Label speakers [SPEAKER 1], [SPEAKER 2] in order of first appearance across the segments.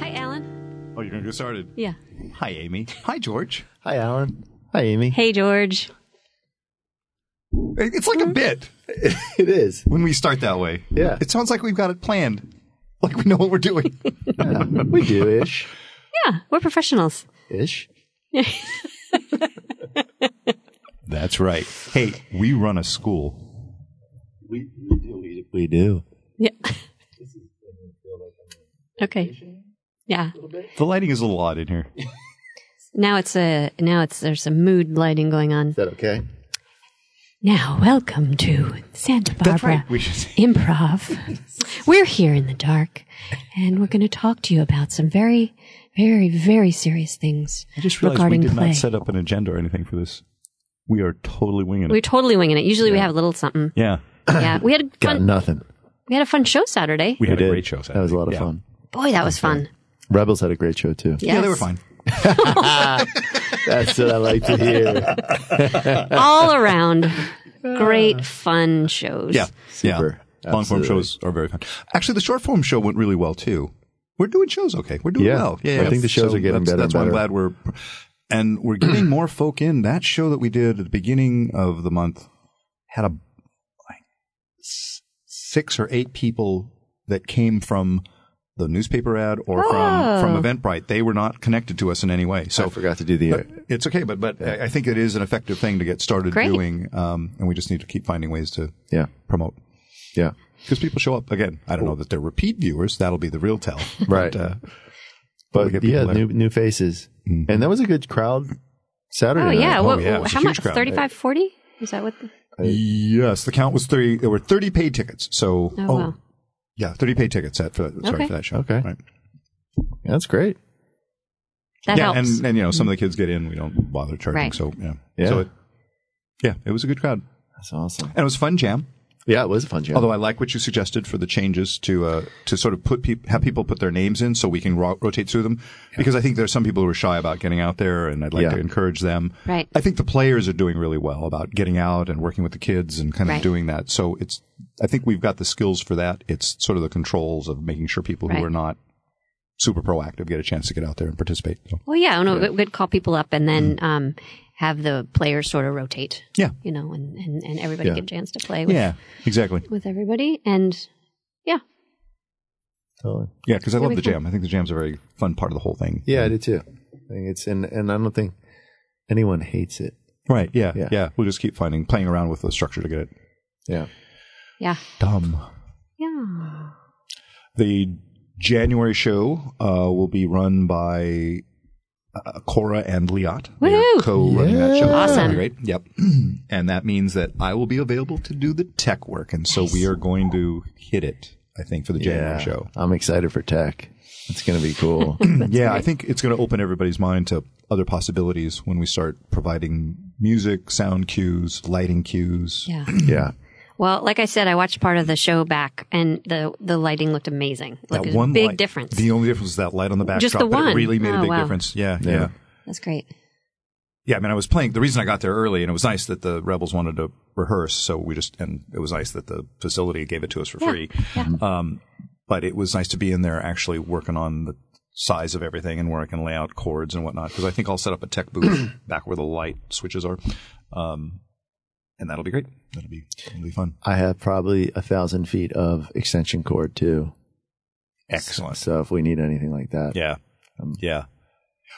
[SPEAKER 1] Hi, Alan.
[SPEAKER 2] Oh, you're going to get started.
[SPEAKER 1] Yeah.
[SPEAKER 2] Hi, Amy. Hi, George.
[SPEAKER 3] Hi, Alan. Hi, Amy.
[SPEAKER 1] Hey, George.
[SPEAKER 2] It- It's like a bit
[SPEAKER 3] It is.
[SPEAKER 2] when we start that way.
[SPEAKER 3] Yeah.
[SPEAKER 2] It sounds like we've got it planned, like we know what we're doing.
[SPEAKER 3] We do ish.
[SPEAKER 1] Yeah, we're professionals.
[SPEAKER 3] Ish.
[SPEAKER 2] That's right. Hey, we run a school.
[SPEAKER 3] We, we do. We, we do.
[SPEAKER 1] Yeah. okay. Yeah.
[SPEAKER 2] The lighting is a little odd in here.
[SPEAKER 1] Now it's a now it's there's some mood lighting going on.
[SPEAKER 3] Is that okay?
[SPEAKER 1] Now, welcome to Santa
[SPEAKER 2] That's
[SPEAKER 1] Barbara
[SPEAKER 2] right. We should say-
[SPEAKER 1] Improv. we're here in the dark, and we're going to talk to you about some very, very, very serious things
[SPEAKER 2] I just realized we
[SPEAKER 1] regarding
[SPEAKER 2] did
[SPEAKER 1] play.
[SPEAKER 2] not set up an agenda or anything for this. We are totally winging it.
[SPEAKER 1] we're totally winging it. Usually, we have a little something.
[SPEAKER 2] yeah.
[SPEAKER 1] yeah, we had a
[SPEAKER 3] Got
[SPEAKER 1] fun.
[SPEAKER 3] nothing.
[SPEAKER 1] We had a fun show Saturday.
[SPEAKER 2] We had a
[SPEAKER 3] We did.
[SPEAKER 2] great show.
[SPEAKER 3] That was a lot of
[SPEAKER 2] Saturday. Yeah.
[SPEAKER 3] fun.
[SPEAKER 1] Boy, that was fun.
[SPEAKER 3] Rebels had a great show too.
[SPEAKER 2] Yeah, they were
[SPEAKER 1] Yes.
[SPEAKER 2] fine.
[SPEAKER 3] That's what I like to hear.
[SPEAKER 1] all around. Great fun shows.
[SPEAKER 2] Yeah.
[SPEAKER 3] Super.
[SPEAKER 2] Yeah. Long form
[SPEAKER 3] Absolutely.
[SPEAKER 2] shows are very fun. Actually, the short form show went really well too. We're doing shows okay. We're doing
[SPEAKER 3] Yeah.
[SPEAKER 2] well.
[SPEAKER 3] I think the shows are getting
[SPEAKER 2] that's,
[SPEAKER 3] better
[SPEAKER 2] That's
[SPEAKER 3] and
[SPEAKER 2] why I'm
[SPEAKER 3] better.
[SPEAKER 2] glad we're, and we're getting more folk in. That show that we did at the beginning of the month had a, like, s- six or eight people that came from the newspaper ad or from, from Eventbrite. They were not connected to us in any way. So
[SPEAKER 3] I forgot to do the air.
[SPEAKER 2] it's okay, but but I I think it is an effective thing to get started
[SPEAKER 1] Great.
[SPEAKER 2] doing, um, and we just need to keep finding ways to
[SPEAKER 3] Yeah.
[SPEAKER 2] promote
[SPEAKER 3] Yeah.
[SPEAKER 2] because people show up again. I don't know that they're repeat viewers. That'll be the real tell,
[SPEAKER 3] Right.
[SPEAKER 2] But, uh, we
[SPEAKER 3] But
[SPEAKER 2] get people
[SPEAKER 3] yeah,
[SPEAKER 2] there. Mm-hmm.
[SPEAKER 3] new new faces, and that was a good crowd. Saturday.
[SPEAKER 1] Oh, yeah.
[SPEAKER 3] night.
[SPEAKER 1] What,
[SPEAKER 2] yeah, it was a
[SPEAKER 1] how
[SPEAKER 2] huge
[SPEAKER 1] much?
[SPEAKER 2] crowd.
[SPEAKER 1] 35, 40? Is that what? The,
[SPEAKER 2] yes, the count was thirty. There were thirty paid tickets. So
[SPEAKER 1] oh,
[SPEAKER 2] oh,
[SPEAKER 1] wow.
[SPEAKER 2] yeah, thirty paid tickets. That for, sorry
[SPEAKER 1] Okay.
[SPEAKER 2] for that show.
[SPEAKER 3] Okay.
[SPEAKER 2] right.
[SPEAKER 3] That's great.
[SPEAKER 1] That
[SPEAKER 2] yeah,
[SPEAKER 1] helps. Mm.
[SPEAKER 2] and and you know some of the kids get in. We don't bother charging.
[SPEAKER 1] Right.
[SPEAKER 2] So yeah,
[SPEAKER 3] Yeah.
[SPEAKER 2] So it, yeah, it was a good crowd,
[SPEAKER 3] That's awesome.
[SPEAKER 2] and it was a fun jam.
[SPEAKER 3] Yeah, it was a fun show.
[SPEAKER 2] Although I like what you suggested for the changes to uh, to sort of put peop- have people put their names in so we can ro- rotate through them because I think there's some people who are shy about getting out there and I'd like
[SPEAKER 3] Yeah.
[SPEAKER 2] to encourage them.
[SPEAKER 1] Right.
[SPEAKER 2] I think the players are doing really well about getting out and working with the kids and kind of
[SPEAKER 1] Right.
[SPEAKER 2] doing that. So it's I think we've got the skills for that. It's sort of the controls of making sure people
[SPEAKER 1] Right.
[SPEAKER 2] who are not super proactive get a chance to get out there and participate. So,
[SPEAKER 1] well, yeah. No, we- We'd call people up and then
[SPEAKER 2] Mm-hmm.
[SPEAKER 1] um, have the players sort of rotate,
[SPEAKER 2] yeah.
[SPEAKER 1] you know, and, and, and everybody
[SPEAKER 3] Yeah.
[SPEAKER 1] get a chance to play with,
[SPEAKER 2] Yeah. Exactly.
[SPEAKER 1] with everybody. And yeah,
[SPEAKER 3] Totally.
[SPEAKER 2] Yeah, because I love
[SPEAKER 1] be
[SPEAKER 2] the
[SPEAKER 1] fun.
[SPEAKER 2] jam. I think the jam's a very fun part of the whole thing.
[SPEAKER 3] Yeah, I did too. I think it's and and I don't think anyone hates it.
[SPEAKER 2] Right. Yeah, yeah.
[SPEAKER 3] Yeah.
[SPEAKER 2] We'll just keep finding playing around with the structure to get it
[SPEAKER 3] Yeah.
[SPEAKER 1] yeah,
[SPEAKER 2] dumb.
[SPEAKER 1] yeah.
[SPEAKER 2] The January show uh, will be run by uh, Cora and Liat. They're
[SPEAKER 1] Woohoo!
[SPEAKER 2] Co-running that show.
[SPEAKER 1] Awesome.
[SPEAKER 2] That'll be Great. Yep. and that means that I will be available to do the tech work, and so we are going to hit it. I think for the January show.
[SPEAKER 3] I'm excited for tech. It's going to be cool.
[SPEAKER 2] yeah, I think it's going to open everybody's mind to other possibilities when we start providing music, sound cues, lighting cues.
[SPEAKER 1] Yeah.
[SPEAKER 3] yeah.
[SPEAKER 1] Well, like I said, I watched part of the show back and the, the lighting looked amazing. Like,
[SPEAKER 2] That
[SPEAKER 1] there's a
[SPEAKER 2] one
[SPEAKER 1] big
[SPEAKER 2] light-
[SPEAKER 1] difference.
[SPEAKER 2] The only difference is that light on the backdrop.
[SPEAKER 1] Just the
[SPEAKER 2] but it
[SPEAKER 1] one.
[SPEAKER 2] really made a
[SPEAKER 1] Oh,
[SPEAKER 2] big
[SPEAKER 1] wow.
[SPEAKER 2] difference. Yeah,
[SPEAKER 3] Yeah.
[SPEAKER 2] yeah.
[SPEAKER 1] That's great.
[SPEAKER 2] Yeah, I mean, I was playing. The reason I got there early, and it was nice that the rebels wanted to rehearse, so we just and it was nice that the facility gave it to us for free. Um, but it was nice to be in there actually working on the size of everything and where I can lay out chords and whatnot because I think I'll set up a tech booth back where the light switches are, um, and that'll be great. That'll be that'll be fun.
[SPEAKER 3] I have probably a thousand feet of extension cord too.
[SPEAKER 2] Excellent.
[SPEAKER 3] So if we need anything like that,
[SPEAKER 2] Yeah, Um, yeah.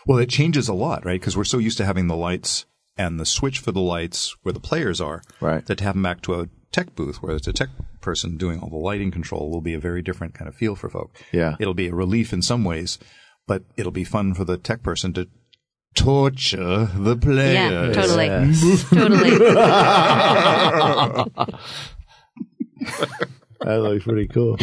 [SPEAKER 2] Well, it changes a lot, right? Because we're so used to having the lights and the switch for the lights where the players are.
[SPEAKER 3] right?
[SPEAKER 2] that to have them back to a tech booth where it's a tech person doing all the lighting control will be a very different kind of feel for folk.
[SPEAKER 3] Yeah.
[SPEAKER 2] It'll be a relief in some ways, but it'll be fun for the tech person to torture the player.
[SPEAKER 1] Yeah, totally.
[SPEAKER 3] Yes.
[SPEAKER 1] Totally.
[SPEAKER 3] That looks pretty cool.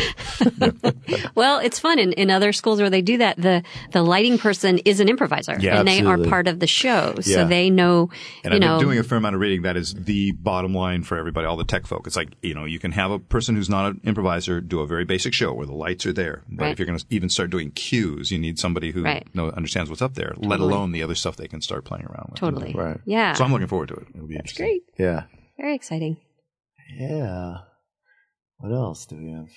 [SPEAKER 1] Well, it's fun in, in other schools where they do that. The the lighting person is an improviser,
[SPEAKER 2] Yeah,
[SPEAKER 1] and they
[SPEAKER 3] absolutely.
[SPEAKER 1] are part of the show,
[SPEAKER 3] Yeah.
[SPEAKER 1] so they know.
[SPEAKER 2] And
[SPEAKER 1] you
[SPEAKER 2] I've
[SPEAKER 1] know,
[SPEAKER 2] been doing a fair amount of reading. That is the bottom line for everybody, all the tech folk. It's like, you know, you can have a person who's not an improviser do a very basic show where the lights are there. But
[SPEAKER 1] Right.
[SPEAKER 2] if you're going to even start doing cues, you need somebody who
[SPEAKER 1] Right.
[SPEAKER 2] know, understands what's up there, let alone the other stuff they can start playing around with.
[SPEAKER 1] totally.
[SPEAKER 3] Right.
[SPEAKER 1] Yeah,
[SPEAKER 2] So I'm looking forward to it. It'll be interesting.
[SPEAKER 1] great,
[SPEAKER 3] Yeah.
[SPEAKER 1] very exciting.
[SPEAKER 3] Yeah. What else do we have?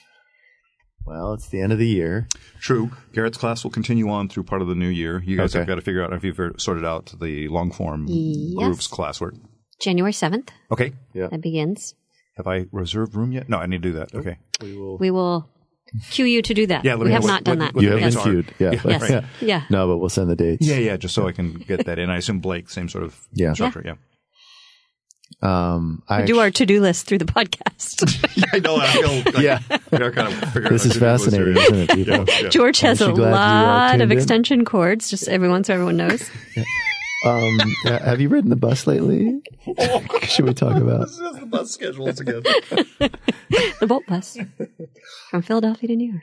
[SPEAKER 3] Well, it's the end of the year.
[SPEAKER 2] True. Garrett's class will continue on through part of the new year. You guys
[SPEAKER 3] Okay.
[SPEAKER 2] have got to figure out if you've sorted out the long form
[SPEAKER 1] Yes.
[SPEAKER 2] groups classwork.
[SPEAKER 1] January seventh,
[SPEAKER 2] Okay.
[SPEAKER 3] Yeah.
[SPEAKER 1] that begins.
[SPEAKER 2] Have I reserved room yet? No, I need to do that. Okay.
[SPEAKER 3] We will.
[SPEAKER 1] We will cue you to do that.
[SPEAKER 2] Yeah, let me
[SPEAKER 1] we
[SPEAKER 2] know
[SPEAKER 1] have
[SPEAKER 2] what-
[SPEAKER 1] not done
[SPEAKER 2] what-
[SPEAKER 1] that.
[SPEAKER 2] what
[SPEAKER 3] You
[SPEAKER 2] the
[SPEAKER 3] have
[SPEAKER 1] Yes.
[SPEAKER 2] dates
[SPEAKER 3] been
[SPEAKER 2] are.
[SPEAKER 3] queued. Yeah.
[SPEAKER 2] Yeah,
[SPEAKER 3] right.
[SPEAKER 1] Yes.
[SPEAKER 3] yeah.
[SPEAKER 1] Yeah.
[SPEAKER 3] No, but we'll send the dates.
[SPEAKER 2] Yeah, yeah, just so I can get that in. I assume Blake, same sort of
[SPEAKER 3] Yeah.
[SPEAKER 2] structure. Yeah.
[SPEAKER 3] Um, I
[SPEAKER 1] We do our to do list through the podcast.
[SPEAKER 2] I know. I feel like,
[SPEAKER 3] Yeah.
[SPEAKER 2] you know, kind of figuring
[SPEAKER 3] This
[SPEAKER 2] out
[SPEAKER 3] is
[SPEAKER 2] who the listener
[SPEAKER 3] fascinating,
[SPEAKER 2] is.
[SPEAKER 3] isn't it? people?
[SPEAKER 1] George has
[SPEAKER 3] Aren't
[SPEAKER 1] a
[SPEAKER 3] you glad you, uh,
[SPEAKER 1] lot
[SPEAKER 3] tuned
[SPEAKER 1] of
[SPEAKER 3] in?
[SPEAKER 1] extension cords, just everyone, so everyone knows.
[SPEAKER 3] Um, yeah, have you ridden the bus lately? Should we talk about?
[SPEAKER 2] This is the bus schedules again.
[SPEAKER 1] the Bolt Bus from Philadelphia to New York.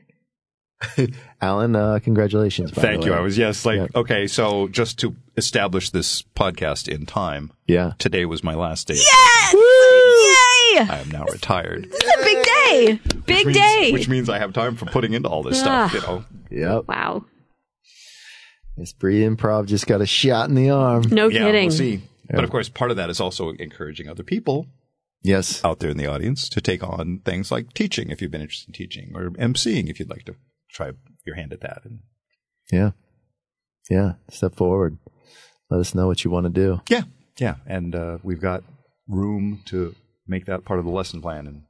[SPEAKER 3] Alan, uh, congratulations. By
[SPEAKER 2] Thank
[SPEAKER 3] the
[SPEAKER 2] you.
[SPEAKER 3] way.
[SPEAKER 2] I was yes, like
[SPEAKER 3] Yeah.
[SPEAKER 2] okay. So just to establish this podcast in time,
[SPEAKER 3] Yeah.
[SPEAKER 2] today was my last day.
[SPEAKER 1] Yes! Yay!
[SPEAKER 2] I am now retired.
[SPEAKER 1] It's a big day. Big
[SPEAKER 2] Which means-
[SPEAKER 1] day.
[SPEAKER 2] Which means I have time for putting into all this stuff. You know,
[SPEAKER 3] Yep.
[SPEAKER 1] wow.
[SPEAKER 3] This Bree improv just got a shot in the arm.
[SPEAKER 1] No
[SPEAKER 2] yeah,
[SPEAKER 1] kidding.
[SPEAKER 2] we'll see. But of course, part of that is also encouraging other people
[SPEAKER 3] Yes.
[SPEAKER 2] out there in the audience to take on things like teaching if you've been interested in teaching or emceeing if you'd like to try your hand at that. And
[SPEAKER 3] Yeah. Yeah. Step forward. Let us know what you want to do.
[SPEAKER 2] yeah, yeah. And uh, we've got room to make that part of the lesson plan and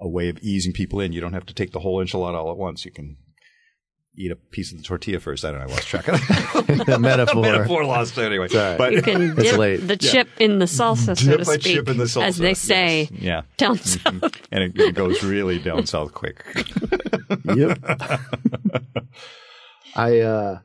[SPEAKER 2] a way of easing people in. You don't have to take the whole enchilada all at once. You can eat a piece of the tortilla first. I don't know. I lost track of that.
[SPEAKER 3] the metaphor.
[SPEAKER 2] Metaphor lost it anyway.
[SPEAKER 3] all right.
[SPEAKER 2] But
[SPEAKER 1] You can
[SPEAKER 3] It's
[SPEAKER 1] dip
[SPEAKER 3] late.
[SPEAKER 1] the chip in the salsa, so to
[SPEAKER 2] Dip a
[SPEAKER 1] speak,
[SPEAKER 2] chip in the Mm-hmm.
[SPEAKER 1] as
[SPEAKER 2] salsa,
[SPEAKER 1] they say
[SPEAKER 2] yes. Yeah.
[SPEAKER 1] down south.
[SPEAKER 2] and it, it goes really down south quick.
[SPEAKER 3] Yep. I uh,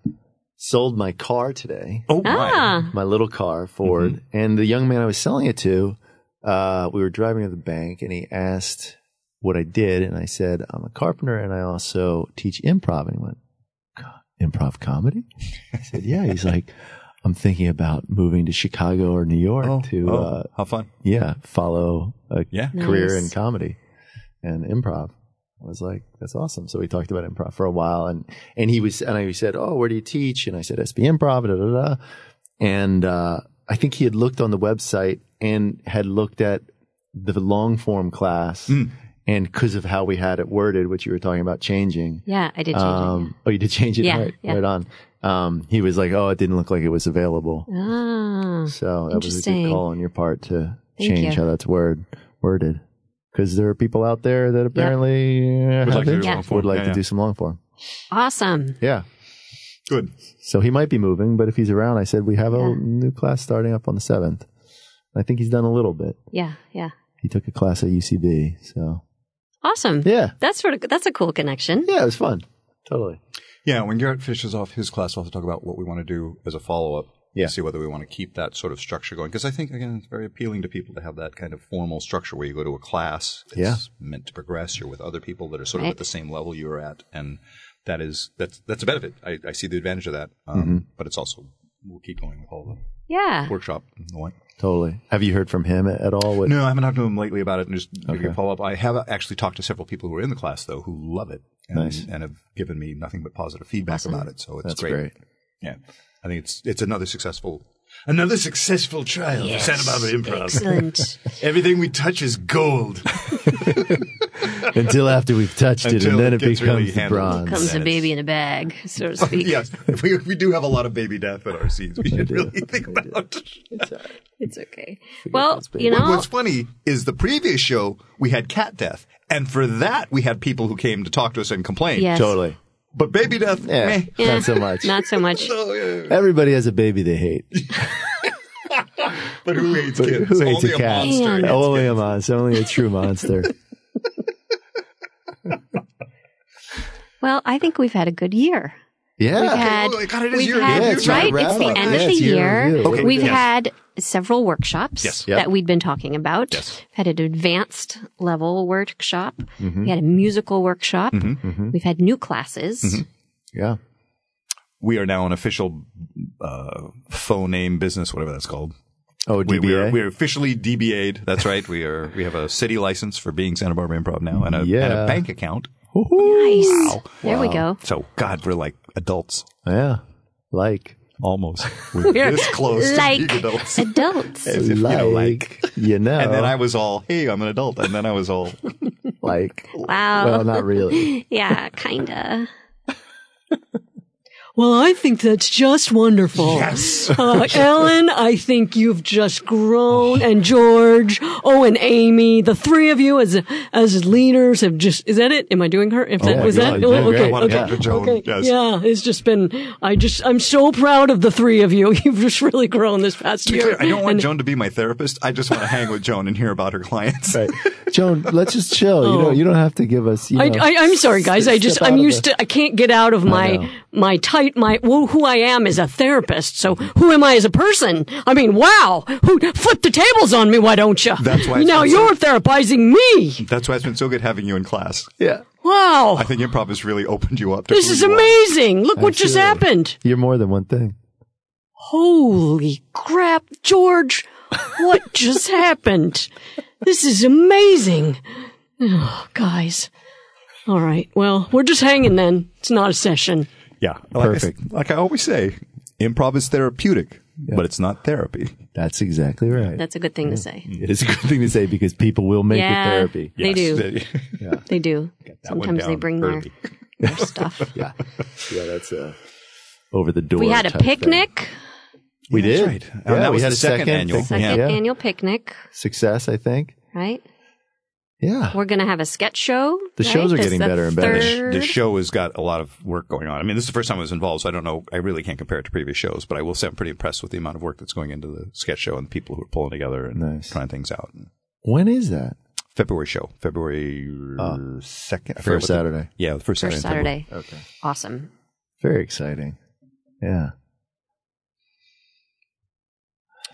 [SPEAKER 3] sold my car today,
[SPEAKER 2] Oh my!
[SPEAKER 1] Ah,
[SPEAKER 3] my little car, Ford,
[SPEAKER 2] Mm-hmm.
[SPEAKER 3] and the young man I was selling it to, uh, we were driving to the bank, and he asked what I did, and I said I'm a carpenter, and I also teach improv, and he went, "Co- "Improv comedy?" I said, "Yeah." He's like, "I'm thinking about moving to Chicago or New York to,
[SPEAKER 2] oh,
[SPEAKER 3] uh,
[SPEAKER 2] how fun!
[SPEAKER 3] yeah, follow a
[SPEAKER 2] Yeah.
[SPEAKER 3] career
[SPEAKER 1] Nice.
[SPEAKER 3] in comedy and improv. I was like, that's awesome. So we talked about improv for a while, and and he was and I said, oh, where do you teach? And I said, SB Improv, da da da. And uh, I think he had looked on the website and had looked at the long form class, and because of how we had it worded, which you were talking about changing.
[SPEAKER 1] yeah, I did change it.
[SPEAKER 3] Um, oh, you did change it.
[SPEAKER 1] Yeah,
[SPEAKER 3] right,
[SPEAKER 1] yeah.
[SPEAKER 3] right on. Um, he was like, oh, it didn't look like it was available.
[SPEAKER 1] yeah. Ah,
[SPEAKER 2] Um,
[SPEAKER 3] So that was a good
[SPEAKER 1] Interesting.
[SPEAKER 3] call on your part to
[SPEAKER 1] Thank
[SPEAKER 3] change
[SPEAKER 1] you.
[SPEAKER 3] how that's word worded, because there are people out there that apparently uh, have it, would like, to,
[SPEAKER 2] do
[SPEAKER 1] Yeah.
[SPEAKER 2] long form. Yeah, yeah.
[SPEAKER 3] do some long form.
[SPEAKER 1] awesome.
[SPEAKER 3] Yeah.
[SPEAKER 2] Good.
[SPEAKER 3] So he might be moving, but if he's around, I said we have
[SPEAKER 1] Yeah.
[SPEAKER 3] a new class starting up on the seventh. I think he's done a little bit.
[SPEAKER 1] Yeah, yeah,
[SPEAKER 3] He took a class at UCB, so
[SPEAKER 1] awesome.
[SPEAKER 3] yeah,
[SPEAKER 1] That's sort of that's a cool connection.
[SPEAKER 3] yeah, it was fun. Totally.
[SPEAKER 2] Yeah, when Garrett fishes off his class, we'll have to talk about what we want to do as a follow up.
[SPEAKER 3] Yeah.
[SPEAKER 2] See whether we want to keep that sort of structure going. Because I think, again, it's very appealing to people to have that kind of formal structure where you go to a class. It's
[SPEAKER 3] Yeah.
[SPEAKER 2] meant to progress. You're with other people that are sort of
[SPEAKER 1] Right.
[SPEAKER 2] at the same level you were at. And that is, that's, that's a benefit. I, I see the advantage of that. Um, But it's also, we'll keep going with all the
[SPEAKER 1] Yeah,
[SPEAKER 2] workshop and the like.
[SPEAKER 3] Totally. Have you heard from him at all? What,
[SPEAKER 2] No, I haven't talked to him lately about it. And just give you a follow up. I have actually talked to several people who are in the class though who love it and,
[SPEAKER 3] Nice.
[SPEAKER 2] and have given me nothing but positive feedback about it. So it's
[SPEAKER 3] That's
[SPEAKER 2] great.
[SPEAKER 3] great.
[SPEAKER 2] Yeah, I think it's it's another successful another successful trial of Santa Barbara Improv.
[SPEAKER 1] excellent.
[SPEAKER 2] Everything we touch is gold.
[SPEAKER 3] Until after we've touched it,
[SPEAKER 2] Until
[SPEAKER 3] and then
[SPEAKER 2] it
[SPEAKER 3] it,
[SPEAKER 2] gets
[SPEAKER 3] becomes
[SPEAKER 2] really
[SPEAKER 3] the
[SPEAKER 2] handled.
[SPEAKER 3] bronze.
[SPEAKER 1] Comes a
[SPEAKER 2] Yes.
[SPEAKER 1] baby in a bag, so to speak.
[SPEAKER 2] yes, we, we do have a lot of baby death in our scenes. We should
[SPEAKER 3] do.
[SPEAKER 2] really think about.
[SPEAKER 1] It's okay. Well,
[SPEAKER 3] this baby.
[SPEAKER 1] you know,
[SPEAKER 2] What's funny is the previous show we had cat death, and for that we had people who came to talk to us and complain.
[SPEAKER 1] Yes.
[SPEAKER 3] Totally.
[SPEAKER 2] But baby death,
[SPEAKER 3] Yeah.
[SPEAKER 2] meh.
[SPEAKER 1] Yeah.
[SPEAKER 3] Not so much.
[SPEAKER 1] not so much.
[SPEAKER 2] Oh, yeah.
[SPEAKER 3] Everybody has a baby they hate.
[SPEAKER 2] But who hates kids?
[SPEAKER 3] Who hates
[SPEAKER 2] Only
[SPEAKER 3] a cat?
[SPEAKER 1] monster hates
[SPEAKER 3] Only a monster. Only a true monster.
[SPEAKER 1] Well, I think we've had a good year.
[SPEAKER 3] Yeah.
[SPEAKER 1] We've had,
[SPEAKER 2] Oh, God, it is
[SPEAKER 1] we've
[SPEAKER 2] year
[SPEAKER 1] had
[SPEAKER 2] review.
[SPEAKER 3] it's
[SPEAKER 1] right.
[SPEAKER 3] right
[SPEAKER 1] It's
[SPEAKER 3] around
[SPEAKER 1] the
[SPEAKER 3] like
[SPEAKER 1] end
[SPEAKER 3] that.
[SPEAKER 1] of the
[SPEAKER 3] Yes, year
[SPEAKER 1] year.
[SPEAKER 3] review.
[SPEAKER 2] Okay,
[SPEAKER 1] We've
[SPEAKER 2] yes.
[SPEAKER 1] had several workshops
[SPEAKER 2] Yes.
[SPEAKER 3] Yep.
[SPEAKER 1] that we'd been talking about.
[SPEAKER 2] Yes.
[SPEAKER 1] We've had an advanced level workshop.
[SPEAKER 2] Mm-hmm.
[SPEAKER 1] We had a musical workshop. We've had new classes.
[SPEAKER 2] Mm-hmm.
[SPEAKER 3] Yeah.
[SPEAKER 2] We are now an official uh, phone name business, whatever that's called.
[SPEAKER 3] Oh,
[SPEAKER 2] We,
[SPEAKER 3] DBA.
[SPEAKER 2] we, are, we are officially DBA'd. That's right. We are. We have a city license for being Santa Barbara Improv now, and a, and a
[SPEAKER 3] Yeah.
[SPEAKER 2] bank account.
[SPEAKER 1] Nice. There we go.
[SPEAKER 2] So God, we're like adults
[SPEAKER 3] yeah. Like.
[SPEAKER 2] almost. We're,
[SPEAKER 1] We're
[SPEAKER 2] this close to
[SPEAKER 1] like
[SPEAKER 2] being adults.
[SPEAKER 1] adults.
[SPEAKER 2] As if, you know, like-
[SPEAKER 3] you know,
[SPEAKER 2] And
[SPEAKER 4] Oh.
[SPEAKER 2] then I was all, "Hey, I'm an adult," and then I was all,
[SPEAKER 3] like,
[SPEAKER 1] wow.
[SPEAKER 3] well, not really.
[SPEAKER 1] yeah, kinda. Well, I think that's just wonderful.
[SPEAKER 2] "Yes."
[SPEAKER 4] Uh, Ellen, I think you've just grown, and George, oh, and Amy, the three of you as as leaders have just—is that it? Am I doing her? If
[SPEAKER 2] Oh
[SPEAKER 4] that
[SPEAKER 3] my
[SPEAKER 4] was
[SPEAKER 3] God,
[SPEAKER 4] that,
[SPEAKER 3] you did
[SPEAKER 4] okay,
[SPEAKER 3] great.
[SPEAKER 2] Wanna
[SPEAKER 4] okay,
[SPEAKER 2] talk to Joan,
[SPEAKER 4] okay.
[SPEAKER 2] yes.
[SPEAKER 4] yeah, it's just been. I just, I'm so proud of the three of you. You've just really grown this past
[SPEAKER 2] To be
[SPEAKER 4] year.
[SPEAKER 2] clear, I don't want
[SPEAKER 4] And-
[SPEAKER 2] Joan to be my therapist. I just want to hang with Joan and hear about her clients.
[SPEAKER 3] Right. Joan, let's just chill. You
[SPEAKER 1] Oh.
[SPEAKER 3] know, you don't have to give us, you
[SPEAKER 4] I,
[SPEAKER 3] know,
[SPEAKER 4] I, I'm sorry, guys. I
[SPEAKER 3] step
[SPEAKER 4] just
[SPEAKER 3] out
[SPEAKER 4] I'm
[SPEAKER 3] of
[SPEAKER 4] used
[SPEAKER 3] the-
[SPEAKER 4] to. I can't get out of
[SPEAKER 3] know.
[SPEAKER 4] my my tight my who, who I am as a therapist. So who am I as a person? I mean, wow. Who flip the tables on me? Why don't you?
[SPEAKER 2] That's why it's
[SPEAKER 4] Now
[SPEAKER 2] been
[SPEAKER 4] you're therapizing me.
[SPEAKER 2] That's why it's been so good having you in class.
[SPEAKER 3] yeah.
[SPEAKER 4] Wow.
[SPEAKER 2] I think improv has really opened you up. To
[SPEAKER 4] This
[SPEAKER 2] who
[SPEAKER 4] is
[SPEAKER 2] you are.
[SPEAKER 4] amazing. Look what just
[SPEAKER 3] Absolutely.
[SPEAKER 4] happened.
[SPEAKER 3] You're more than one thing.
[SPEAKER 4] Holy crap, George! What just happened? This is amazing. Oh, guys. All right. Well, we're just hanging then. It's not a session.
[SPEAKER 2] Yeah, like I-
[SPEAKER 3] Perfect.
[SPEAKER 2] like I always say, improv is therapeutic, but it's not therapy.
[SPEAKER 3] That's exactly right.
[SPEAKER 1] That's a good thing to say.
[SPEAKER 3] it is a good thing to say because people will make
[SPEAKER 1] Yeah.
[SPEAKER 3] it therapy.
[SPEAKER 1] They do. They do.
[SPEAKER 2] one
[SPEAKER 1] Sometimes they
[SPEAKER 2] down
[SPEAKER 1] bring
[SPEAKER 2] early.
[SPEAKER 1] their, their stuff.
[SPEAKER 3] Yeah. Yeah, that's uh over the door.
[SPEAKER 1] We had a
[SPEAKER 3] type thing.
[SPEAKER 1] picnic,
[SPEAKER 3] We
[SPEAKER 2] That's
[SPEAKER 3] did.
[SPEAKER 2] right.
[SPEAKER 3] Yeah,
[SPEAKER 2] And that
[SPEAKER 3] we
[SPEAKER 2] was
[SPEAKER 3] had
[SPEAKER 2] the
[SPEAKER 3] a
[SPEAKER 2] second annual.
[SPEAKER 3] picnic.
[SPEAKER 1] second
[SPEAKER 3] Yeah.
[SPEAKER 1] annual picnic,
[SPEAKER 3] Success, I think.
[SPEAKER 1] right?
[SPEAKER 3] Yeah.
[SPEAKER 1] We're going to have a sketch show.
[SPEAKER 3] The
[SPEAKER 1] right?
[SPEAKER 3] shows are
[SPEAKER 1] This
[SPEAKER 3] getting
[SPEAKER 1] the
[SPEAKER 3] better and better.
[SPEAKER 2] The,
[SPEAKER 1] Third.
[SPEAKER 2] sh- the show has got a lot of work going on. I mean, this is the first time I was involved, so I don't know. I really can't compare it to previous shows, but I will say I'm pretty impressed with the amount of work that's going into the sketch show and the people who are pulling together and
[SPEAKER 3] Nice.
[SPEAKER 2] trying things out.
[SPEAKER 3] When is that?
[SPEAKER 2] February show, February second,
[SPEAKER 3] Uh, First Saturday.
[SPEAKER 2] yeah, the first Uh, Saturday.
[SPEAKER 1] First
[SPEAKER 2] in February.
[SPEAKER 1] Saturday.
[SPEAKER 3] Okay.
[SPEAKER 1] Awesome.
[SPEAKER 3] Very exciting. Yeah.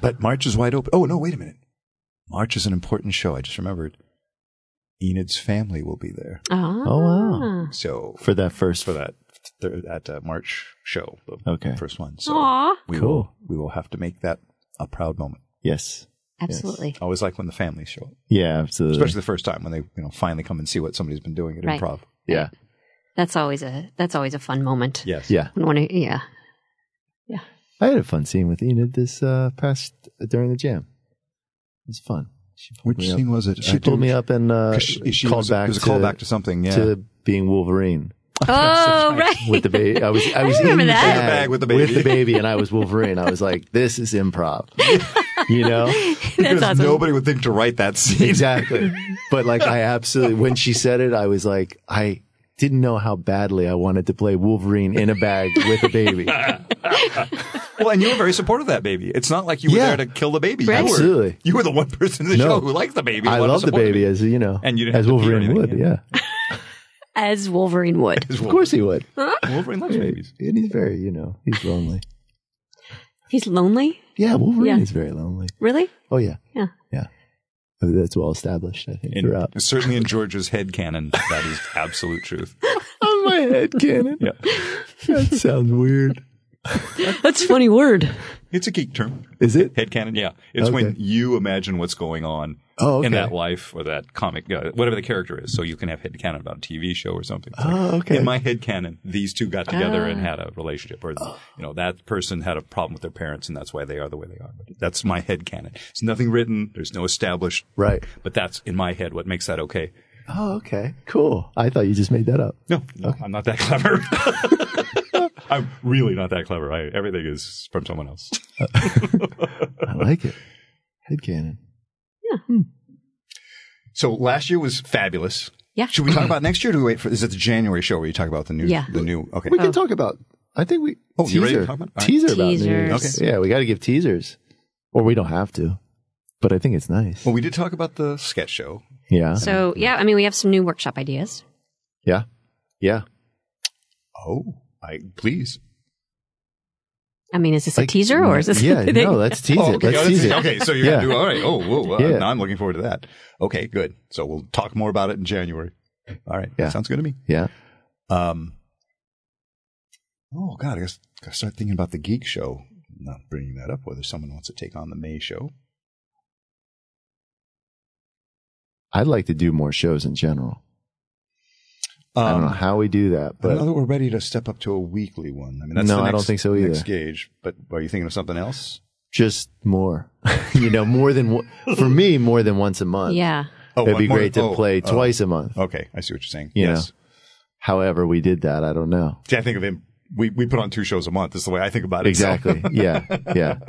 [SPEAKER 2] But March is wide open. Oh no, wait a minute. March is an important show. I just remembered. Enid's family will be there.
[SPEAKER 1] Ah.
[SPEAKER 3] Oh, wow.
[SPEAKER 2] So
[SPEAKER 3] For that first
[SPEAKER 2] for that third, that uh, March show, the
[SPEAKER 3] Okay.
[SPEAKER 2] first one. So
[SPEAKER 1] Aw.
[SPEAKER 2] we
[SPEAKER 3] Cool.
[SPEAKER 2] will we will have to make that a proud moment.
[SPEAKER 3] Yes.
[SPEAKER 1] Absolutely.
[SPEAKER 2] I always like when the families show up,
[SPEAKER 3] Yeah, absolutely.
[SPEAKER 2] especially the first time when they you know finally come and see what somebody's been doing at
[SPEAKER 1] Right.
[SPEAKER 2] improv.
[SPEAKER 3] yeah.
[SPEAKER 1] That's always a that's always a fun moment.
[SPEAKER 2] Yes.
[SPEAKER 3] Yeah.
[SPEAKER 1] I wanna- yeah.
[SPEAKER 3] I had a fun scene with Enid this uh, past during the jam. It was fun. She pulled
[SPEAKER 2] Which
[SPEAKER 3] me
[SPEAKER 2] scene
[SPEAKER 3] up.
[SPEAKER 2] was it?
[SPEAKER 3] She pulled me up and uh,
[SPEAKER 2] She, she was,
[SPEAKER 3] called back
[SPEAKER 2] It was a
[SPEAKER 3] to,
[SPEAKER 2] callback to something. Yeah.
[SPEAKER 3] to being Wolverine
[SPEAKER 1] Oh, right.
[SPEAKER 3] with the baby. I was I was
[SPEAKER 1] remember
[SPEAKER 3] in the
[SPEAKER 1] that.
[SPEAKER 3] bag,
[SPEAKER 2] In the bag with the baby.
[SPEAKER 3] with the baby, and I was Wolverine. I was like, this is improv, you know.
[SPEAKER 1] That's
[SPEAKER 2] because
[SPEAKER 1] awesome.
[SPEAKER 2] nobody would think to write that scene.
[SPEAKER 3] Exactly. But like, I absolutely, when she said it, I was like, I didn't know how badly I wanted to play Wolverine in a bag with a baby.
[SPEAKER 2] Well, and you were very supportive of that baby. It's not like you were
[SPEAKER 3] Yeah.
[SPEAKER 2] there to kill the baby.
[SPEAKER 1] Right.
[SPEAKER 2] You were,
[SPEAKER 3] Absolutely.
[SPEAKER 2] You were the one person in the
[SPEAKER 3] No.
[SPEAKER 2] show who liked the baby.
[SPEAKER 3] I
[SPEAKER 2] wanted to
[SPEAKER 3] love the
[SPEAKER 2] support
[SPEAKER 3] baby as, you know,
[SPEAKER 2] And you didn't
[SPEAKER 3] as
[SPEAKER 2] have to pee or
[SPEAKER 3] Wolverine
[SPEAKER 2] anything,
[SPEAKER 3] would.
[SPEAKER 2] yeah.
[SPEAKER 3] Yeah.
[SPEAKER 1] As Wolverine would.
[SPEAKER 2] As
[SPEAKER 3] Of
[SPEAKER 2] Wolverine.
[SPEAKER 3] course he would.
[SPEAKER 2] Wolverine loves babies.
[SPEAKER 3] And he's very, you know, he's lonely.
[SPEAKER 1] He's lonely?
[SPEAKER 3] Yeah, Wolverine
[SPEAKER 1] Yeah.
[SPEAKER 3] is very lonely.
[SPEAKER 1] Really?
[SPEAKER 3] Oh, yeah.
[SPEAKER 1] Yeah.
[SPEAKER 3] Yeah. I mean, that's well established, I think,
[SPEAKER 2] In,
[SPEAKER 3] throughout.
[SPEAKER 2] certainly in George's head canon, that is absolute truth.
[SPEAKER 3] On my head cannon.
[SPEAKER 2] Yeah.
[SPEAKER 3] That sounds weird.
[SPEAKER 4] That's a funny word.
[SPEAKER 2] It's a geek term.
[SPEAKER 3] Is it?
[SPEAKER 2] Head canon, yeah. It's
[SPEAKER 3] Okay.
[SPEAKER 2] when you imagine what's going on
[SPEAKER 3] Oh, okay.
[SPEAKER 2] in that life or that comic, uh, whatever the character is. So you can have head canon about a TV show or something. It's like,
[SPEAKER 3] Oh, okay.
[SPEAKER 2] In my head canon, these two got together and had a relationship, or you know that person had a problem with their parents, and that's why they are the way they are. But that's my head canon. It's nothing written. There's no established.
[SPEAKER 3] Right.
[SPEAKER 2] But that's in my head what makes that okay.
[SPEAKER 3] Oh, okay. Cool. I thought you just made that up.
[SPEAKER 2] No, no, I'm not that clever. I'm really not that clever. I, everything is from someone else.
[SPEAKER 3] I like it. Head cannon.
[SPEAKER 2] So last year was fabulous.
[SPEAKER 1] Yeah.
[SPEAKER 2] Should we talk about next year? Or do we wait for? Is it the January show where you talk about the new?
[SPEAKER 1] Yeah.
[SPEAKER 2] The new. Okay.
[SPEAKER 3] We can talk about. I think we
[SPEAKER 2] uh, Oh,
[SPEAKER 3] teaser
[SPEAKER 2] you ready to talk about- all right.
[SPEAKER 3] teaser about New
[SPEAKER 1] Teasers.
[SPEAKER 3] Year's. Yeah, we got to give teasers, or we don't have to. But I think it's nice.
[SPEAKER 2] Well, we did talk about the sketch show.
[SPEAKER 3] yeah,
[SPEAKER 1] So yeah, I mean we have some new workshop ideas.
[SPEAKER 3] yeah, yeah.
[SPEAKER 2] Oh. I please.
[SPEAKER 1] I mean, is this a
[SPEAKER 3] Like,
[SPEAKER 1] teaser or is this?
[SPEAKER 3] Yeah, no, let's tease
[SPEAKER 2] Oh,
[SPEAKER 3] it. Let's tease it.
[SPEAKER 2] okay, so you're
[SPEAKER 3] Yeah.
[SPEAKER 2] gonna do all right. Oh, whoa, uh,
[SPEAKER 3] Yeah.
[SPEAKER 2] now I'm looking forward to that. Okay, good. So we'll talk more about it in January. All right,
[SPEAKER 3] Yeah.
[SPEAKER 2] sounds good to me.
[SPEAKER 3] Yeah.
[SPEAKER 2] Um. Oh God, I guess gotta start thinking about the geek show. Not bringing that up. Whether someone wants to take on the May show.
[SPEAKER 3] I'd like to do more shows in general.
[SPEAKER 2] Um,
[SPEAKER 3] I don't know how we do that,
[SPEAKER 2] I don't know
[SPEAKER 3] but
[SPEAKER 2] that we're ready to step up to a weekly one. I mean, that's
[SPEAKER 3] No,
[SPEAKER 2] the
[SPEAKER 3] I
[SPEAKER 2] next,
[SPEAKER 3] don't think so either.
[SPEAKER 2] Next gauge. But are you thinking of something else?
[SPEAKER 3] just more. you know, more than one- for me, more than once a month.
[SPEAKER 1] Yeah.
[SPEAKER 2] Oh,
[SPEAKER 3] It'd be
[SPEAKER 2] more-
[SPEAKER 3] great to
[SPEAKER 2] oh,
[SPEAKER 3] play
[SPEAKER 2] oh.
[SPEAKER 3] twice a month.
[SPEAKER 2] Okay, I see what you're saying.
[SPEAKER 3] You
[SPEAKER 2] yes.
[SPEAKER 3] know. However, we did that. I don't know.
[SPEAKER 2] See, I think of him. We we put on two shows a month. Is the way I think about it.
[SPEAKER 3] Exactly. yeah. Yeah.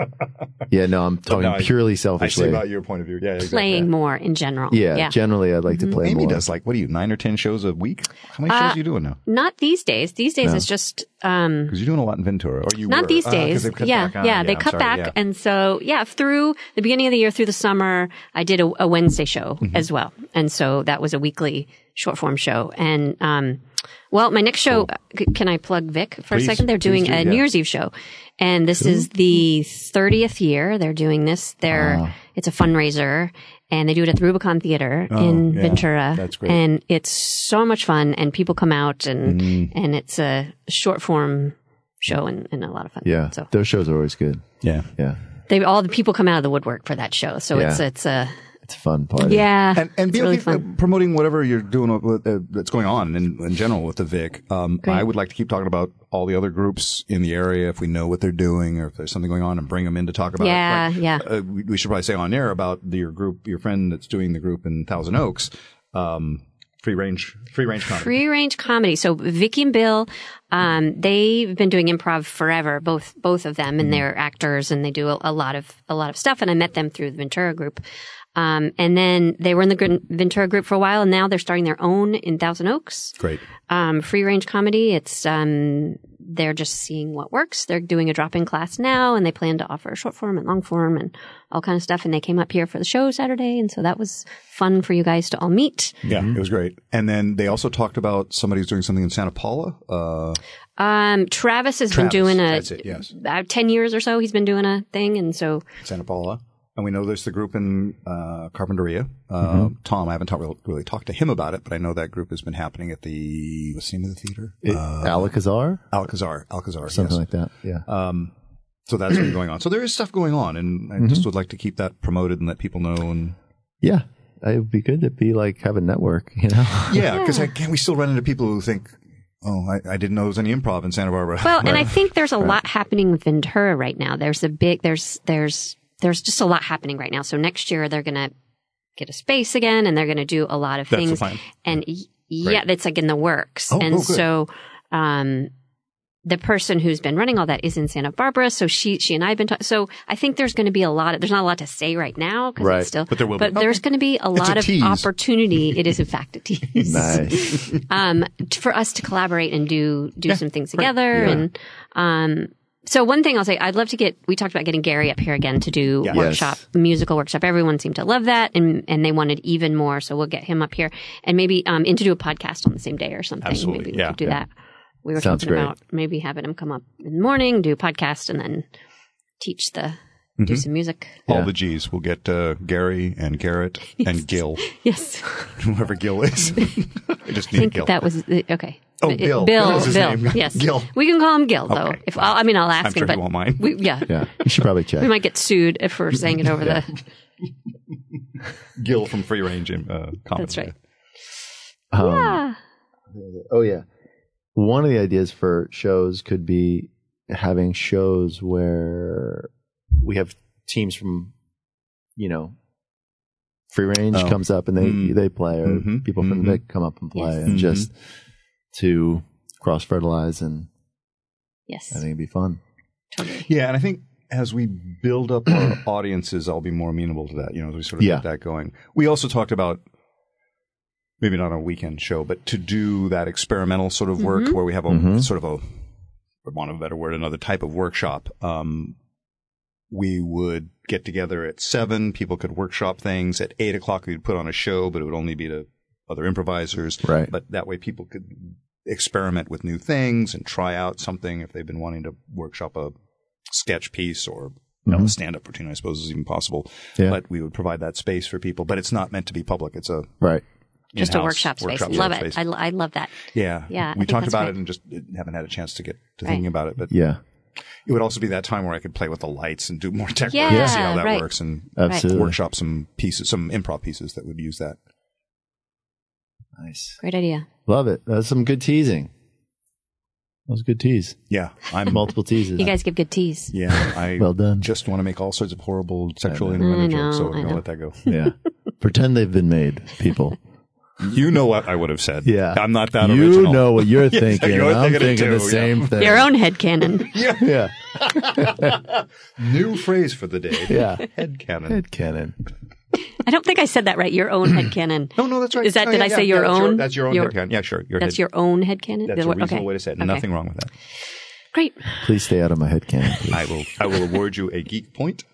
[SPEAKER 3] Yeah. No, I'm talking
[SPEAKER 2] no, I-
[SPEAKER 3] purely
[SPEAKER 2] So I see
[SPEAKER 3] selfishly.
[SPEAKER 2] about your point of view. Yeah, exactly.
[SPEAKER 1] Playing more in general.
[SPEAKER 3] yeah, Generally, I'd like to play
[SPEAKER 2] Mm-hmm. Amy
[SPEAKER 3] more.
[SPEAKER 2] does like what are you nine or ten shows a week? How many
[SPEAKER 1] Uh,
[SPEAKER 2] shows are you doing now?
[SPEAKER 1] Not these days. These days it's just um,
[SPEAKER 2] Because you're doing a lot in Ventura, or you
[SPEAKER 1] Not
[SPEAKER 2] were.
[SPEAKER 1] these
[SPEAKER 2] Ah, 'cause
[SPEAKER 1] days.
[SPEAKER 2] they've cut
[SPEAKER 1] yeah,
[SPEAKER 2] back on-
[SPEAKER 1] yeah, they
[SPEAKER 2] I'm
[SPEAKER 1] cut
[SPEAKER 2] sorry,
[SPEAKER 1] back,
[SPEAKER 2] yeah.
[SPEAKER 1] and so yeah, through the beginning of the year, through the summer, I did a, a Wednesday show
[SPEAKER 2] Mm-hmm.
[SPEAKER 1] as well, and so that was a weekly short form show. And um, well, my next show, c- can I plug Vic for
[SPEAKER 2] Please,
[SPEAKER 1] a second? They're
[SPEAKER 2] please
[SPEAKER 1] doing
[SPEAKER 2] do,
[SPEAKER 1] a
[SPEAKER 2] yeah.
[SPEAKER 1] New Year's Eve show, and this is the thirtieth year they're doing this. They're
[SPEAKER 2] Ah.
[SPEAKER 1] it's a fundraiser. And they do it at the Rubicon Theater in
[SPEAKER 2] Oh, yeah.
[SPEAKER 1] Ventura.
[SPEAKER 2] That's great.
[SPEAKER 1] And it's so much fun and people come out and,
[SPEAKER 2] Mm-hmm.
[SPEAKER 1] and it's a short form show and, and a lot of fun.
[SPEAKER 3] Yeah.
[SPEAKER 1] So
[SPEAKER 3] Those shows are always good.
[SPEAKER 2] yeah.
[SPEAKER 3] Yeah.
[SPEAKER 1] they all the people come out of the woodwork for that show. So it's
[SPEAKER 3] Yeah.
[SPEAKER 1] it's a
[SPEAKER 3] It's a fun party.
[SPEAKER 1] yeah.
[SPEAKER 2] and and be
[SPEAKER 1] it's really
[SPEAKER 2] okay, uh,
[SPEAKER 1] fun.
[SPEAKER 2] promoting whatever you're doing with, uh, that's going on in, in general with the Vic. Um, I would like to keep talking about all the other groups in the area if we know what they're doing or if there's something going on and bring them in to talk about.
[SPEAKER 1] Yeah,
[SPEAKER 2] it. Like,
[SPEAKER 1] yeah.
[SPEAKER 2] Uh, we, we should probably say on air about the, your group, your friend that's doing the group in Thousand Oaks. Um, free range, free range comedy.
[SPEAKER 1] Free range comedy. So Vicky and Bill, um, they've been doing improv forever, both both of
[SPEAKER 3] Mm-hmm.
[SPEAKER 1] them, and they're actors and they do a, a lot of a lot of stuff. And I met them through the Ventura group. Um, and then they were in the Gr- Ventura group for a while, and now they're starting their own in Thousand Oaks.
[SPEAKER 2] Great.
[SPEAKER 1] um, free range comedy. It's um, they're just seeing what works. They're doing a drop in class now, and they plan to offer short form and long form and all kind of stuff. And they came up here for the show Saturday, and so that was fun for you guys to all meet.
[SPEAKER 2] Yeah,
[SPEAKER 3] Mm-hmm.
[SPEAKER 2] it was great. And then they also talked about somebody who's doing something in Santa Paula. Uh,
[SPEAKER 1] Um, Travis has
[SPEAKER 2] Travis,
[SPEAKER 1] been doing a
[SPEAKER 2] that's it, yes.
[SPEAKER 1] about ten years or so. He's been doing a thing, and so
[SPEAKER 2] Santa Paula. And we know there's the group in uh, Carpinteria. Uh,
[SPEAKER 3] Mm-hmm.
[SPEAKER 2] Tom, I haven't talked really, really talked to him about it, but I know that group has been happening at the what's the name of the theater?
[SPEAKER 3] It- Alcazar?
[SPEAKER 2] Alcazar. Alcazar.
[SPEAKER 3] Something
[SPEAKER 2] Uh, yes. Uh,
[SPEAKER 3] like that. Yeah.
[SPEAKER 2] so that's been going on. So there is stuff going on, and I
[SPEAKER 3] Mm-hmm.
[SPEAKER 2] just would like to keep that promoted and let people know. And
[SPEAKER 3] yeah. It would be good to be like have a network, you know?
[SPEAKER 2] yeah, because can't we still run into people who think, oh, I, I didn't know there was any improv in Santa Barbara.
[SPEAKER 1] Well, and I think there's a lot happening with Ventura right now. There's a big there's there's there's just a lot happening right now. So next year they're gonna get a space again, and they're gonna do a lot of
[SPEAKER 2] That's the
[SPEAKER 1] things.
[SPEAKER 2] plan.
[SPEAKER 1] And y yeah, that's like in the works.
[SPEAKER 2] Oh,
[SPEAKER 1] and
[SPEAKER 2] oh, good.
[SPEAKER 1] so, um, the person who's been running all that is in Santa Barbara. So she she and I have been talking. So I think there's going to be a lot of there's not a lot to say right now because
[SPEAKER 3] Right.
[SPEAKER 1] it's still
[SPEAKER 2] But there will be.
[SPEAKER 1] but there's going to be a lot
[SPEAKER 2] a
[SPEAKER 1] of
[SPEAKER 2] tease.
[SPEAKER 1] opportunity. it is in fact a tease
[SPEAKER 3] nice.
[SPEAKER 1] um, t- for us to collaborate and do do some things together. And um, so one thing I'll say, I'd love to get. We talked about getting Gary up here again to do
[SPEAKER 2] Yeah.
[SPEAKER 1] workshop musical workshop. Everyone seemed to love that, and and they wanted even more. So we'll get him up here and maybe um, and to do a podcast on the same day or something.
[SPEAKER 2] Absolutely.
[SPEAKER 1] Maybe we
[SPEAKER 2] Yeah.
[SPEAKER 1] could do that. We were
[SPEAKER 3] Sounds
[SPEAKER 1] talking
[SPEAKER 3] great.
[SPEAKER 1] about maybe having him come up in the morning, do a podcast, and then teach the
[SPEAKER 2] Mm-hmm.
[SPEAKER 1] do some music.
[SPEAKER 2] All the G's. We'll get uh, Gary and Garrett and Gil,
[SPEAKER 1] Yes,
[SPEAKER 2] whoever Gil is. I just need
[SPEAKER 1] I think
[SPEAKER 2] Gil.
[SPEAKER 1] that was the- okay.
[SPEAKER 2] Oh,
[SPEAKER 1] It-
[SPEAKER 2] Bill.
[SPEAKER 1] Bill.
[SPEAKER 2] That was his
[SPEAKER 1] Bill.
[SPEAKER 2] name.
[SPEAKER 1] Yes.
[SPEAKER 2] Gil.
[SPEAKER 1] We can call him Gil, though.
[SPEAKER 2] Okay.
[SPEAKER 1] If I'll, I mean, I'll ask
[SPEAKER 2] I'm
[SPEAKER 1] him.
[SPEAKER 2] sure he
[SPEAKER 1] but
[SPEAKER 2] won't mind.
[SPEAKER 1] We, yeah.
[SPEAKER 3] Yeah. You should probably check.
[SPEAKER 1] We might get sued if we're saying it over the.
[SPEAKER 2] Gil from Free Range and uh, comedy.
[SPEAKER 1] That's right.
[SPEAKER 3] Um,
[SPEAKER 1] Yeah.
[SPEAKER 3] Oh yeah. One of the ideas for shows could be having shows where we have teams from, you know, free range
[SPEAKER 2] Oh.
[SPEAKER 3] comes up and they
[SPEAKER 2] Mm.
[SPEAKER 3] they play, or
[SPEAKER 2] Mhm.
[SPEAKER 3] people from
[SPEAKER 2] Mhm.
[SPEAKER 3] Vic come up and play,
[SPEAKER 1] Yes.
[SPEAKER 3] and just to cross fertilize, and I
[SPEAKER 1] Yes.
[SPEAKER 3] think it'd be fun.
[SPEAKER 1] Totally.
[SPEAKER 2] Yeah, and I think as we build up our audiences, I'll be more amenable to that. You know, as we sort of
[SPEAKER 3] Yeah.
[SPEAKER 2] get that going. We also talked about maybe not on a weekend show, but to do that experimental sort of work
[SPEAKER 1] Mm-hmm.
[SPEAKER 2] where we have a
[SPEAKER 3] Mhm.
[SPEAKER 2] sort of a, for want of a better word, another type of workshop. Um, we would get together at seven. People could workshop things at eight o'clock. We'd put on a show, but it would only be to other improvisers.
[SPEAKER 3] Right.
[SPEAKER 2] But that way, people could experiment with new things and try out something if they've been wanting to workshop a sketch piece or you know, a stand-up routine, I suppose, is even possible.
[SPEAKER 3] Mm-hmm. Yeah.
[SPEAKER 2] But we would provide that space for people. But it's not meant to be public. It's a
[SPEAKER 3] Right.
[SPEAKER 1] Just a
[SPEAKER 2] in-house
[SPEAKER 1] workshop space.
[SPEAKER 2] workshop
[SPEAKER 1] love
[SPEAKER 2] space.
[SPEAKER 1] it. I, lo- I love that.
[SPEAKER 2] yeah,
[SPEAKER 1] Yeah, I
[SPEAKER 2] We
[SPEAKER 1] think
[SPEAKER 2] talked
[SPEAKER 1] that's
[SPEAKER 2] about
[SPEAKER 1] great.
[SPEAKER 2] it and just haven't had a chance to get to
[SPEAKER 1] Right.
[SPEAKER 2] thinking about it. But
[SPEAKER 3] Yeah.
[SPEAKER 2] it would also be that time where I could play with the lights and do more tech work
[SPEAKER 1] Yeah,
[SPEAKER 2] and see how that
[SPEAKER 1] right.
[SPEAKER 2] works and
[SPEAKER 3] Absolutely.
[SPEAKER 2] workshop some pieces, some improv pieces that would use that.
[SPEAKER 3] Nice.
[SPEAKER 1] Great idea.
[SPEAKER 3] Love it. That's some good teasing. That was a good tease.
[SPEAKER 2] Yeah, I'm
[SPEAKER 3] Multiple teases.
[SPEAKER 1] You guys give good teas.
[SPEAKER 2] yeah. I
[SPEAKER 3] Well done. Mm,
[SPEAKER 2] Just want to make all sorts of horrible sexual
[SPEAKER 1] know.
[SPEAKER 2] innuendo
[SPEAKER 1] I know,
[SPEAKER 2] jokes, so
[SPEAKER 1] I
[SPEAKER 2] we're gonna
[SPEAKER 1] know.
[SPEAKER 2] let that go.
[SPEAKER 3] yeah. Pretend they've been made, people.
[SPEAKER 2] You know what I would have said.
[SPEAKER 3] Yeah.
[SPEAKER 2] I'm not that
[SPEAKER 3] you
[SPEAKER 2] original.
[SPEAKER 3] know what you're thinking.
[SPEAKER 2] you're
[SPEAKER 3] and I'm
[SPEAKER 2] thinking it
[SPEAKER 3] thinking the
[SPEAKER 2] too, yeah.
[SPEAKER 3] same thing.
[SPEAKER 1] Your own head cannon.
[SPEAKER 3] Yeah.
[SPEAKER 2] New phrase for the day.
[SPEAKER 3] Yeah.
[SPEAKER 2] Headcanon.
[SPEAKER 3] Good cannon.
[SPEAKER 1] I don't think I said that right. Your own head cannon.
[SPEAKER 2] No, no, that's right.
[SPEAKER 1] Is that-
[SPEAKER 2] No,
[SPEAKER 1] did I say your
[SPEAKER 2] that's
[SPEAKER 1] own?
[SPEAKER 2] that's your own
[SPEAKER 1] Your-
[SPEAKER 2] headcanon. Yeah, sure. Your
[SPEAKER 1] That's
[SPEAKER 2] head-
[SPEAKER 1] your own head cannon.
[SPEAKER 2] That's a
[SPEAKER 1] Okay.
[SPEAKER 2] reasonable way to say it.
[SPEAKER 1] Okay.
[SPEAKER 2] Nothing wrong with that.
[SPEAKER 1] Great.
[SPEAKER 3] Please stay out of my head cannon. please.
[SPEAKER 2] I will. I will award you a geek point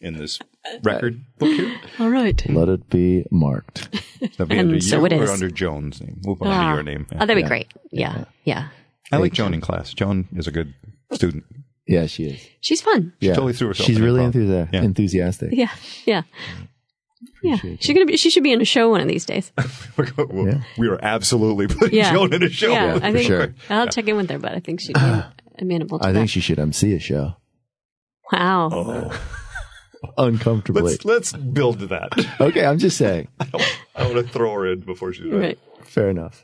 [SPEAKER 2] in this record book here.
[SPEAKER 4] All right.
[SPEAKER 3] Let it be marked.
[SPEAKER 2] That'll be
[SPEAKER 1] And
[SPEAKER 2] under
[SPEAKER 1] so
[SPEAKER 2] you
[SPEAKER 1] it
[SPEAKER 2] or
[SPEAKER 1] is.
[SPEAKER 2] under Joan's name. We'll put it
[SPEAKER 1] Ah.
[SPEAKER 2] under your name.
[SPEAKER 1] Oh, that'd be great. Yeah. Yeah.
[SPEAKER 2] I like Joan in class. Joan is a good student.
[SPEAKER 3] Yeah, she is.
[SPEAKER 1] She's fun.
[SPEAKER 3] Yeah.
[SPEAKER 2] totally threw herself
[SPEAKER 3] She's
[SPEAKER 2] in
[SPEAKER 3] really
[SPEAKER 2] improv.
[SPEAKER 3] enthusi-
[SPEAKER 2] Yeah.
[SPEAKER 3] enthusiastic.
[SPEAKER 1] Yeah. Yeah. Yeah.
[SPEAKER 3] Appreciate
[SPEAKER 1] She's gonna be she should be in a show one of these days.
[SPEAKER 3] Yeah.
[SPEAKER 2] We are absolutely putting
[SPEAKER 1] Yeah.
[SPEAKER 2] Joan in a show.
[SPEAKER 1] Yeah,
[SPEAKER 3] for
[SPEAKER 1] I think
[SPEAKER 3] sure.
[SPEAKER 1] I'll check in with her, but I think she'd be amenable to
[SPEAKER 3] I
[SPEAKER 1] that.
[SPEAKER 3] think she should MC a show.
[SPEAKER 1] wow.
[SPEAKER 3] Uncomfortably.
[SPEAKER 2] Let's let's build to that.
[SPEAKER 3] okay, I'm just saying.
[SPEAKER 2] I want to throw her in before she's ready.
[SPEAKER 1] Right.
[SPEAKER 3] Fair enough.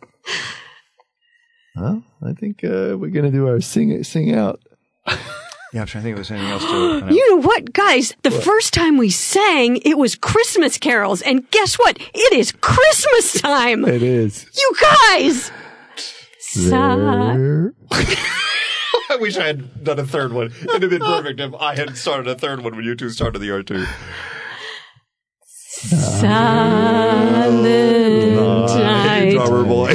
[SPEAKER 3] Well, I think uh, we're gonna do our sing sing out.
[SPEAKER 2] Yeah, I'm trying to think of anything else to. announce.
[SPEAKER 4] You know what, guys? The first time we sang, it was Christmas carols, and guess what? It is Christmas time!
[SPEAKER 3] It is.
[SPEAKER 4] You guys! Sa-
[SPEAKER 3] There.
[SPEAKER 2] I wish I had done a third one. It'd have been perfect if I had started a third one when you two started the R two.
[SPEAKER 4] silent night,
[SPEAKER 2] Drummer boy.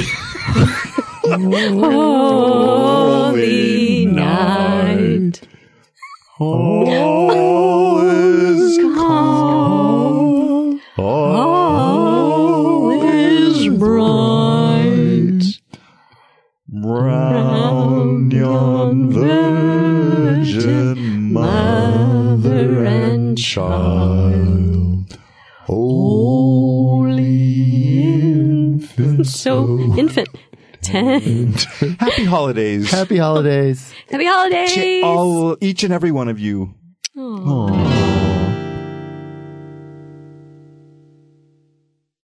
[SPEAKER 4] holy night.
[SPEAKER 3] All is calm. All is bright. Round yon virgin mother and child. Holy infant.
[SPEAKER 1] So infant. Ten.
[SPEAKER 2] Happy holidays.
[SPEAKER 3] Happy holidays.
[SPEAKER 1] Happy holidays.
[SPEAKER 2] all each and every one of you.
[SPEAKER 1] Aw.